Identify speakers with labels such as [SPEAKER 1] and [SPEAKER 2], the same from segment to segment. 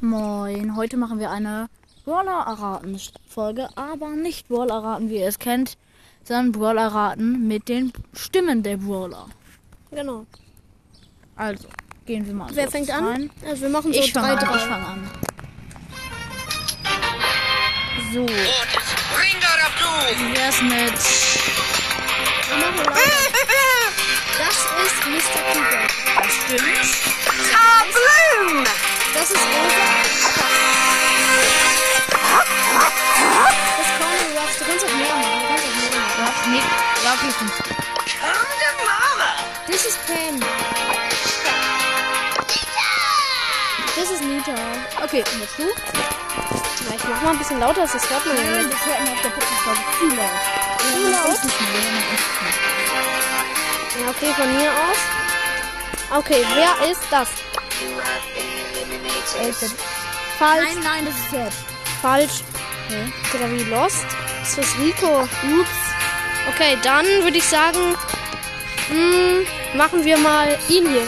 [SPEAKER 1] Moin, heute machen wir eine Brawler erraten Folge, aber nicht Brawler erraten, wie ihr es kennt, sondern Brawler erraten mit den Stimmen der Brawler.
[SPEAKER 2] Genau.
[SPEAKER 1] Also, gehen wir mal.
[SPEAKER 2] Wer
[SPEAKER 1] kurz
[SPEAKER 2] fängt an?
[SPEAKER 1] rein.
[SPEAKER 2] Also wir machen so
[SPEAKER 1] Ich fange
[SPEAKER 2] drei,
[SPEAKER 1] an, ich
[SPEAKER 2] drei.
[SPEAKER 1] fange an. So,
[SPEAKER 3] Und Ringer ab du!
[SPEAKER 1] wer ist mit
[SPEAKER 2] Das ist Mr. Peter.
[SPEAKER 3] Kabloom!
[SPEAKER 2] Das ist Rosa. Das Corner Rocks. Du kannst auch mehr machen. Du kannst auch mehr machen.
[SPEAKER 1] Ja, nee, ja, okay, fünf.
[SPEAKER 3] Hunde Mama!
[SPEAKER 2] Das ist Pam. Das ist Nita.
[SPEAKER 1] Okay, und jetzt du?
[SPEAKER 2] Na, ich mach mal ein bisschen lauter, das hört man ja
[SPEAKER 1] Nein,
[SPEAKER 2] nicht.
[SPEAKER 1] Äh, das hört man auf der Podcast-Folge. Viel laut.
[SPEAKER 2] Viel
[SPEAKER 1] Ja,
[SPEAKER 2] laut?
[SPEAKER 1] das ist nicht mehr.
[SPEAKER 2] Ja, okay, von mir aus. Okay, wer ist das? Falsch.
[SPEAKER 1] Nein, nein, das ist jetzt.
[SPEAKER 2] Falsch.
[SPEAKER 1] Okay.
[SPEAKER 2] Oder wie Lost? Das ist Rico. Ups. Okay, dann würde ich sagen, mm, machen wir mal ihn hier.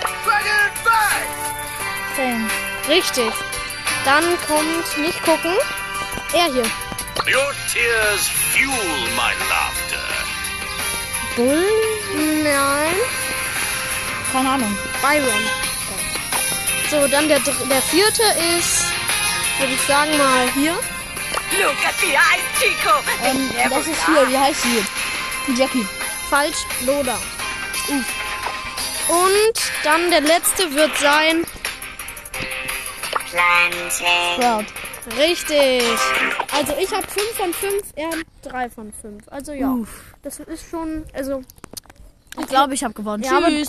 [SPEAKER 3] Dragon Ball!
[SPEAKER 1] Fang.
[SPEAKER 2] Richtig. Dann kommt nicht gucken. Er hier.
[SPEAKER 4] Your tears fuel my laughter.
[SPEAKER 2] Bull? Nein.
[SPEAKER 1] Keine Ahnung.
[SPEAKER 2] Byron. So, dann der, dr- der vierte ist, würde ich sagen mal hier.
[SPEAKER 3] Look at the eye, Chico!
[SPEAKER 1] Ähm, das ist hier, wie heißt sie? Die Jackie.
[SPEAKER 2] Falsch, Loda. Und dann der letzte wird sein.
[SPEAKER 3] Planting.
[SPEAKER 1] Proud.
[SPEAKER 2] Richtig. Also ich habe 5 von 5, er 3 von 5. Also ja, das ist schon, also
[SPEAKER 1] Ich glaube, ich habe gewonnen.
[SPEAKER 2] Ja, aber
[SPEAKER 1] Tschüss.